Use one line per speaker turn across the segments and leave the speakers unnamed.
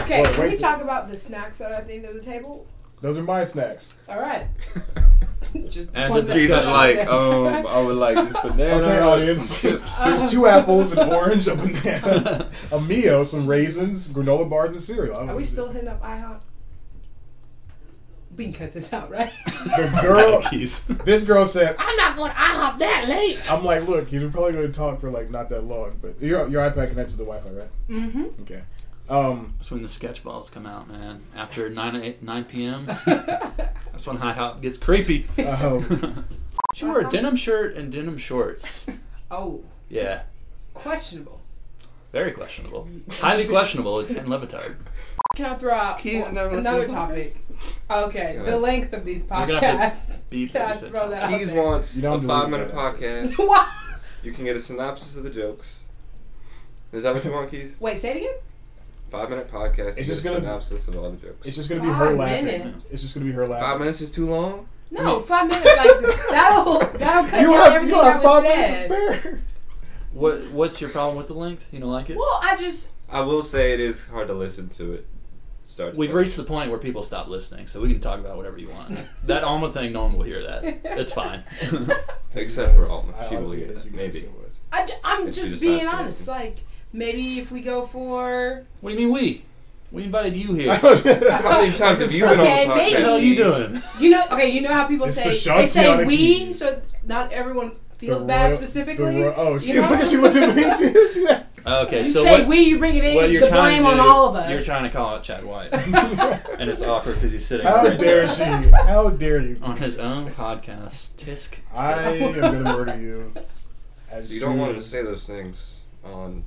Okay,
Wait,
can we
wait.
talk about the snacks that are things at the table?
Those are my snacks.
All right. Just
And
point
the
this
She's
out
like,
there.
um, I would like this banana,
uh,
Okay, audience.
some chips.
There's two apples, an orange, a banana, a meal, some raisins, granola bars, and cereal. I don't
oh.
Are we
know.
still hitting up IHOP? We can cut this out, right?
The girl,
Keys.
this girl said,
I'm not going to IHOP that late.
I'm like, look, you're probably going to talk for like not that long, but your, your iPad connected to the Wi Fi, right?
Mm-hmm.
Okay. Um,
That's when the sketch balls come out, man. After 9, 8, 9 p.m., that's when high hop gets creepy.
um,
she wore a denim shirt and denim shorts.
Oh,
Yeah,
questionable.
very questionable. Highly questionable, and Levitard.
Can I throw out
Keys
one-
never listen
another
to
topic? Okay,
Go
the
ahead.
length of these
We're gonna have
podcasts.
Beep
Can I
this at
throw
top.
that out
Keys
there?
wants
You don't
a
delete
five minute
that.
podcast.
Why?
You can get a synopsis of the jokes. Is that what you want, Keys?
Wait, say it again.
Five minute podcast.
It's
It's
just
just
gonna-
a synopsis of all the jokes.
it's just going to be her
Five
laughing.
minutes.
It's just going to be her laughing.
five minutes is too long.
No, five minutes like that'll that'll cut
You
down
have,
everything
you have
that was
five minutes
said.
to spare.
What What's your problem with the length? You don't like it?
Well, I just
I will say it is hard to listen to it. Start. to
We've
finish.
reached the point where people stop listening, so we can talk about whatever you want. that Alma thing, no one will hear that. It's fine.
Except for Alma.
I
She will
honestly
get
think
that.
you
Maybe.
guys would.
I, ju- I'm
If she
just
decides
being
to
honest.
listen.
Like maybe if we go for
what do you mean we? We invited you here. What
How
How
many times have you been
Okay,
on the podcast?
maybe.
the hell you doing?
you know okay you know how people
It's
say
the
they say
Shantiana
we
Keys.
so not everyone feels bad specifically.
oh, she,
know?
look at she looked at me. She didn't see that.
Okay,
you
so
say
what,
we, you bring it in
what you're
the
trying
blame
to
on
do-
all of us.
You're trying to call out Chad White,
How
and it's awkward because he's sitting right
dare
there
she? How dare you?
on his own podcast. Tisk.
I
tisk.
am gonna murder you. As
You don't
soon
want to
as-
say those things on.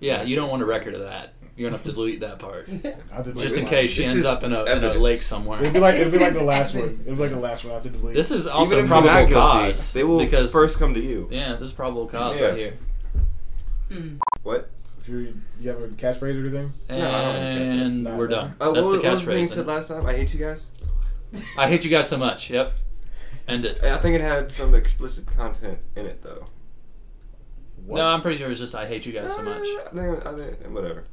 Yeah, you don't want a record of that. You're gonna have to delete that part,
I did
just
like
in
the-
case she
This
ends
is
up in a, in a
evidence.
lake
It'd
somewhere.
be like it'd be
This
like the
is
last one.
evidence.
It'd be like the last one. I did believe.
This is also
Even if you're
probable
not guilty,
cause.
they will
because
first come to you.
yeah, this is probable cause
Yeah.
right here.
Mm.
What?
If you you have a catchphrase or anything?
And
No, I don't have a catchphrase.
Not
we're
now.
done.
Uh,
That's
what,
the
what was the thing you
catchphrase.
said last time? I hate you guys.
I hate you guys so much. Yep. End it.
I think it had some explicit content in it though.
No, I'm pretty sure it's just I hate you guys so much.
Uh, I Uh, think, I think, whatever.